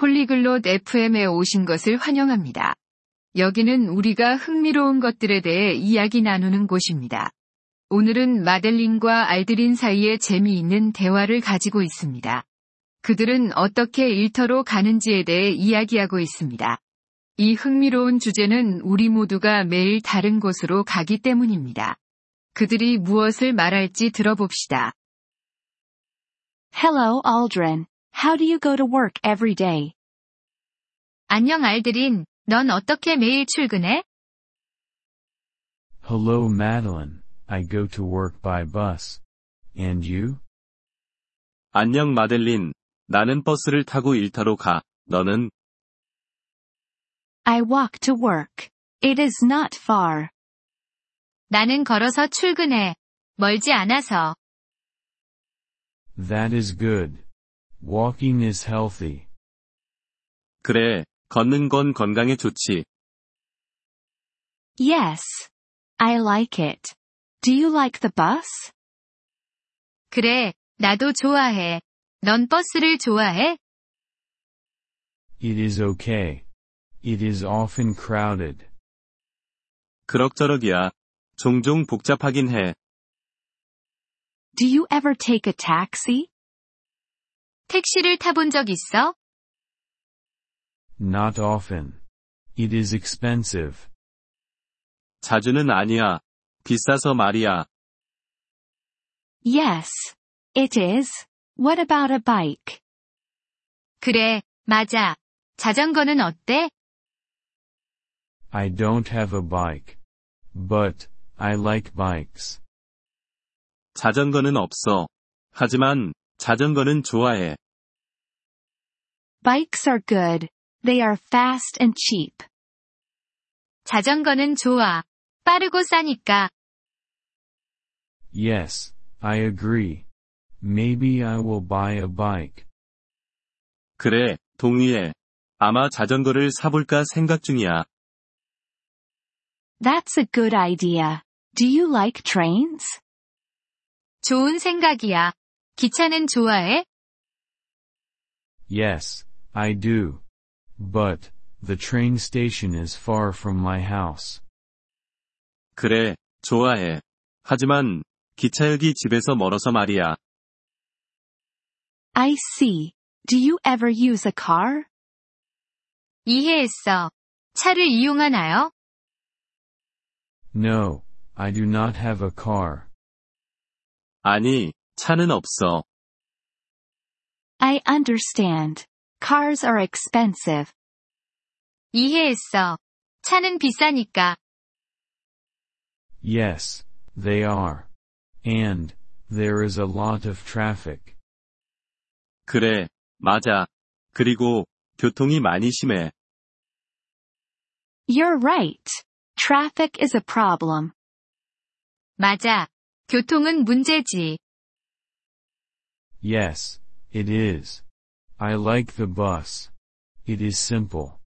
폴리글롯 FM에 오신 것을 환영합니다. 여기는 우리가 흥미로운 것들에 대해 이야기 나누는 곳입니다. 오늘은 마델린과 알드린 사이에 재미있는 대화를 가지고 있습니다. 그들은 어떻게 일터로 가는지에 대해 이야기하고 있습니다. 이 흥미로운 주제는 우리 모두가 매일 다른 곳으로 가기 때문입니다. 그들이 무엇을 말할지 들어봅시다. Hello, Aldrin. How do you go to work every day? 안녕 알드린, 넌 어떻게 매일 출근해? Hello, Madeline. I go to work by bus. And you? 안녕 마델린. 나는 버스를 타고 일터로 가. 너는? I walk to work. It is not far. 나는 걸어서 출근해. 멀지 않아서. That is good. Walking is healthy. 그래. 걷는 건 건강에 좋지. Yes. I like it. Do you like the bus? 그래, 나도 좋아해. 넌 버스를 좋아해? It is okay. It is often crowded. 그럭저럭이야. 종종 복잡하긴 해. Do you ever take a taxi? 택시를 타본 적 있어? Not often. It is expensive. 자주는 아니야. 비싸서 말이야. Yes. It is. What about a bike? 그래, 맞아. 자전거는 어때? I don't have a bike. But, I like bikes. 자전거는 없어. 하지만 자전거는 좋아해. Bikes are good. They are fast and cheap. 자전거는 좋아. 빠르고 싸니까. Yes, I agree. Maybe I will buy a bike. 그래. 동의해. 아마 자전거를 사볼까 생각 중이야. That's a good idea. Do you like trains? 좋은 생각이야. 기차는 좋아해? Yes, I do. But, the train station is far from my house. 그래. 좋아해. 하지만 기차역이 집에서 멀어서 말이야. I see. Do you ever use a car? 이해했어. 차를 이용하나요? No, I do not have a car. 아니, 차는 없어. I understand. Cars are expensive. 이해했어. 차는 비싸니까. Yes, they are. And, there is a lot of traffic. 그래. 맞아. 그리고 교통이 많이 심해. You're right. Traffic is a problem. 맞아. 교통은 문제지. Yes, it is. I like the bus. It is simple.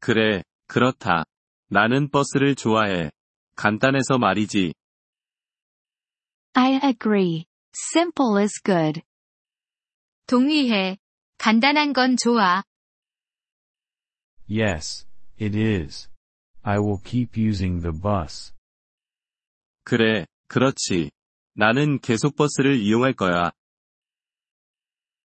그래. 그렇다. 나는 버스를 좋아해. 간단해서 말이지. I agree. Simple is good. 동의해. 간단한 건 좋아. Yes, it is. I will keep using the bus. 그래. 그렇지. 나는 계속 버스를 이용할 거야.